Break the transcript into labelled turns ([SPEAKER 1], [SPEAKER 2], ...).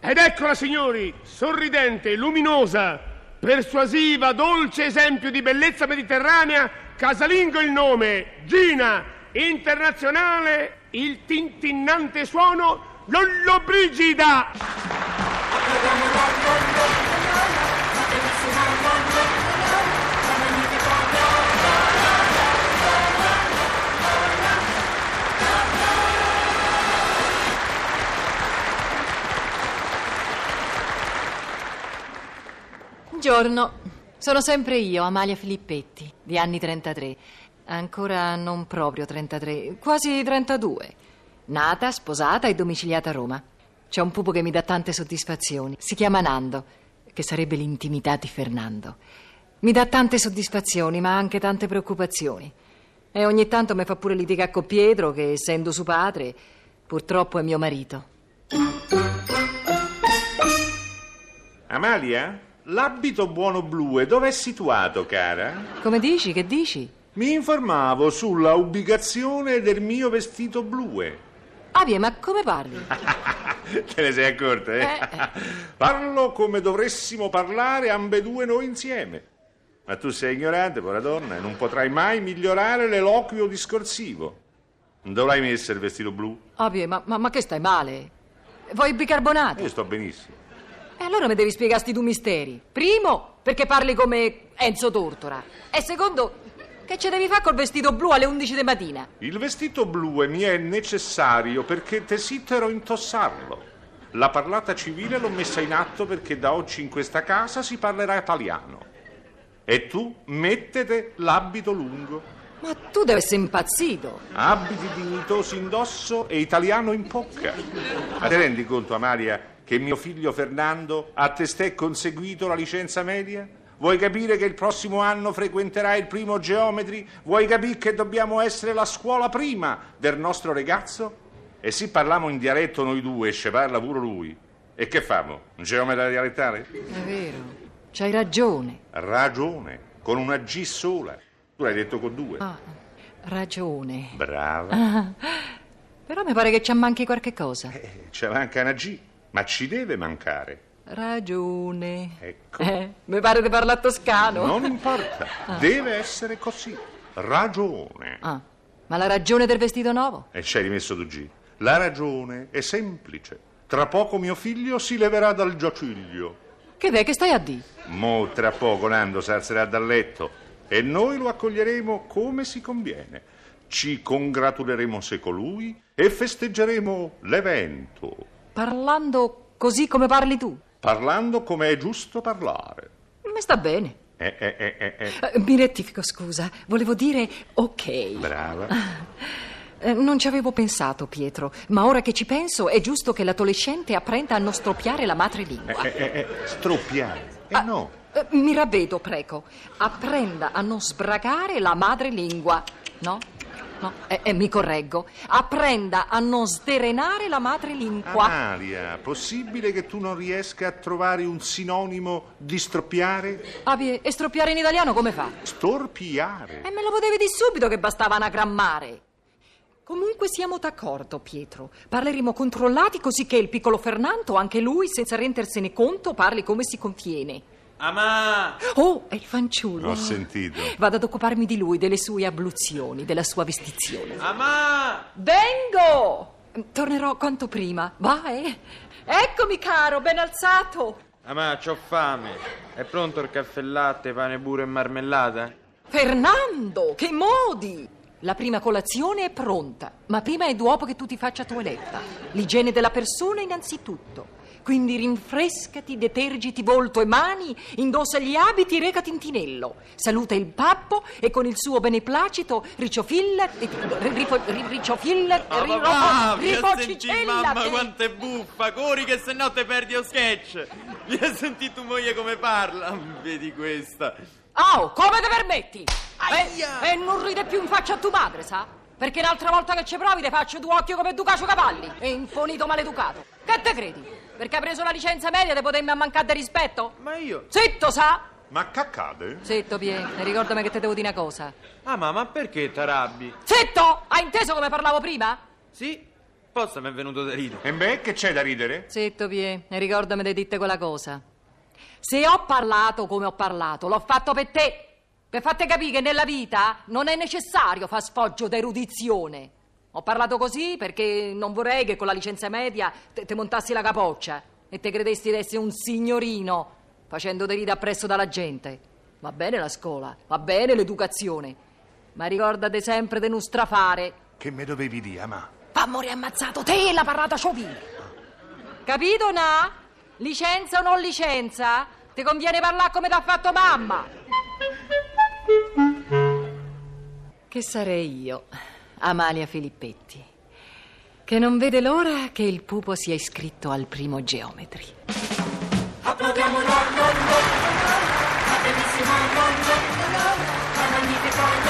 [SPEAKER 1] Ed eccola, signori, sorridente, luminosa, persuasiva, dolce esempio di bellezza mediterranea, casalingo il nome, Gina, internazionale, il tintinnante suono, Lollobrigida!
[SPEAKER 2] Buongiorno, sono sempre io, Amalia Filippetti, di anni 33. Ancora non proprio 33, quasi 32. Nata, sposata e domiciliata a Roma. C'è un pupo che mi dà tante soddisfazioni. Si chiama Nando, che sarebbe l'intimità di Fernando. Mi dà tante soddisfazioni, ma anche tante preoccupazioni. E ogni tanto mi fa pure litigare con Pietro, che essendo suo padre, purtroppo è mio marito.
[SPEAKER 3] Amalia, l'abito buono blu è dov'è situato, cara?
[SPEAKER 2] Come dici? Che dici?
[SPEAKER 3] Mi informavo sulla ubicazione del mio vestito blu.
[SPEAKER 2] Abie, Ah, ma come parli?
[SPEAKER 3] Te ne sei accorta, eh? Parlo come dovressimo parlare ambedue noi insieme. Ma tu sei ignorante, povera donna, e non potrai mai migliorare l'eloquio discorsivo. Dovrai mettere il vestito blu.
[SPEAKER 2] Abie, ma, ma- ma che stai male? Vuoi il bicarbonato?
[SPEAKER 3] Io sto benissimo.
[SPEAKER 2] E allora mi devi spiegare sti due misteri. Primo, perché parli come Enzo Tortora. E secondo, che ci devi fare col vestito blu alle 11 di mattina?
[SPEAKER 3] Il vestito blu mi è necessario perché desidero intossarlo. La parlata civile l'ho messa in atto perché da oggi in questa casa si parlerà italiano. E tu mettete l'abito lungo,
[SPEAKER 2] Ma tu devi essere impazzito.
[SPEAKER 3] abiti dignitosi indosso e italiano in bocca. Ma ti rendi conto, Amalia, che mio figlio Fernando a testè conseguito la licenza media? Vuoi capire che il prossimo anno frequenterà il primo geometri? Vuoi capire che dobbiamo essere la scuola prima del nostro ragazzo? E se parliamo in dialetto noi due, e parla pure lui. E che famo? Un geometra dialettale?
[SPEAKER 2] È vero, c'hai ragione.
[SPEAKER 3] Ragione, con una G sola. Tu l'hai detto con due.
[SPEAKER 2] Ah, ragione.
[SPEAKER 3] Brava.
[SPEAKER 2] Però mi pare che ci manchi qualche cosa.
[SPEAKER 3] Ci manca una G, ma ci deve mancare.
[SPEAKER 2] Ragione.
[SPEAKER 3] Ecco.
[SPEAKER 2] Eh, oh. mi pare di parlare toscano.
[SPEAKER 3] Non importa, deve essere così. Ragione.
[SPEAKER 2] Ah, ma la ragione del vestito nuovo?
[SPEAKER 3] E ci hai rimesso tu G. La ragione è semplice. Tra poco mio figlio si leverà dal giaciglio.
[SPEAKER 2] Che vè, che stai a di?
[SPEAKER 3] Mo tra poco Nando si alzerà dal letto e noi lo accoglieremo come si conviene. Ci congratuleremo se colui e festeggeremo l'evento,
[SPEAKER 2] Parlando così come parli tu.
[SPEAKER 3] parlando come è giusto parlare.
[SPEAKER 2] Mi sta bene.
[SPEAKER 3] Eh, eh, eh, eh, eh.
[SPEAKER 2] Eh, Mi rettifico, scusa. Volevo dire ok.
[SPEAKER 3] Brava.
[SPEAKER 2] Eh, Non ci avevo pensato, Pietro, ma ora che ci penso è giusto che l'adolescente apprenda a non stroppiare la madrelingua.
[SPEAKER 3] Eh, eh, eh, stroppiare. Eh
[SPEAKER 2] Ah,
[SPEAKER 3] no.
[SPEAKER 2] eh, Mi ravvedo, prego. Apprenda a non sbragare la madrelingua. No? No, eh, eh, mi correggo. Apprenda a non sderenare la
[SPEAKER 3] Ah.
[SPEAKER 2] madrelingua.
[SPEAKER 3] Amalia, possibile che tu non riesca a trovare un sinonimo di stroppiare?
[SPEAKER 2] Ah, beh, e stroppiare in italiano come fa? E
[SPEAKER 3] Storpiare.
[SPEAKER 2] me lo potevi dire subito che bastava anagrammare. Comunque siamo d'accordo, Pietro. Parleremo controllati così che il piccolo Fernando, anche lui, senza rendersene conto, parli come si conviene.
[SPEAKER 4] Amà!
[SPEAKER 2] Oh, è il fanciullo.
[SPEAKER 3] L'ho sentito.
[SPEAKER 2] Vado ad occuparmi di lui, delle sue abluzioni, della sua vestizione.
[SPEAKER 4] Amà!
[SPEAKER 2] Vengo! Tornerò quanto prima. Vai! Eccomi, caro, ben alzato!
[SPEAKER 4] Amà, c'ho fame. È pronto il caffè latte, pane burro e marmellata?
[SPEAKER 2] Fernando, che modi! La prima colazione è pronta, ma prima e dopo che tu ti faccia toeletta. L'igiene della persona innanzitutto. Quindi rinfrescati, detergiti volto e mani, indossa gli abiti, recati in tinello. Saluta il pappo e con il suo beneplacito ricciofilla, ri- rifo- ri- ricciofilla,
[SPEAKER 4] Ah,
[SPEAKER 2] ri-
[SPEAKER 4] papà,
[SPEAKER 2] ro-
[SPEAKER 4] vi a sentì, mamma
[SPEAKER 2] rifocicellati.
[SPEAKER 4] quanto è buffa, cori che se no te perdi lo sketch. Vi a sentì tu moglie come parla, vedi questa.
[SPEAKER 2] Oh, come te permetti?
[SPEAKER 4] Aia!
[SPEAKER 2] E, e non ride più in faccia a tua madre, sa? Perché l'altra volta che ci provi te faccio due occhi come Ducacio Cavalli e infonito maleducato. Che te credi? Perché hai preso la licenza media te potemmi mancare di rispetto?
[SPEAKER 4] Ma io...
[SPEAKER 2] Zitto, sa?
[SPEAKER 3] Ma caccade?
[SPEAKER 2] Zitto, Pie, e ricordami che te devo dire una cosa.
[SPEAKER 4] Ah, ma, ma perché t'arrabbi?
[SPEAKER 2] Zitto! Hai inteso come parlavo prima?
[SPEAKER 4] Sì? Posta mi è venuto da ridere.
[SPEAKER 3] E beh, che c'è da ridere?
[SPEAKER 2] Zitto, Pie, e ricordami di dite quella cosa. Se ho parlato come ho parlato, l'ho fatto per te. Per farti capire che nella vita non è necessario far sfoggio d'erudizione. Ho parlato così perché non vorrei che con la licenza media te, te montassi la capoccia e te credesti di essere un signorino facendo ridere appresso dalla gente. Va bene la scuola, va bene l'educazione, ma ricordate sempre di non strafare.
[SPEAKER 3] Che me dovevi dire, ma?
[SPEAKER 2] Fa morire ammazzato te e la parlata Chopin. Capito, na? Licenza o non licenza? Ti conviene parlare come t'ha fatto mamma. Che sarei io, Amalia Filippetti, che non vede l'ora che il pupo sia iscritto al primo geometri.
[SPEAKER 5] Fatemi Simon, buongiorno, la magnifica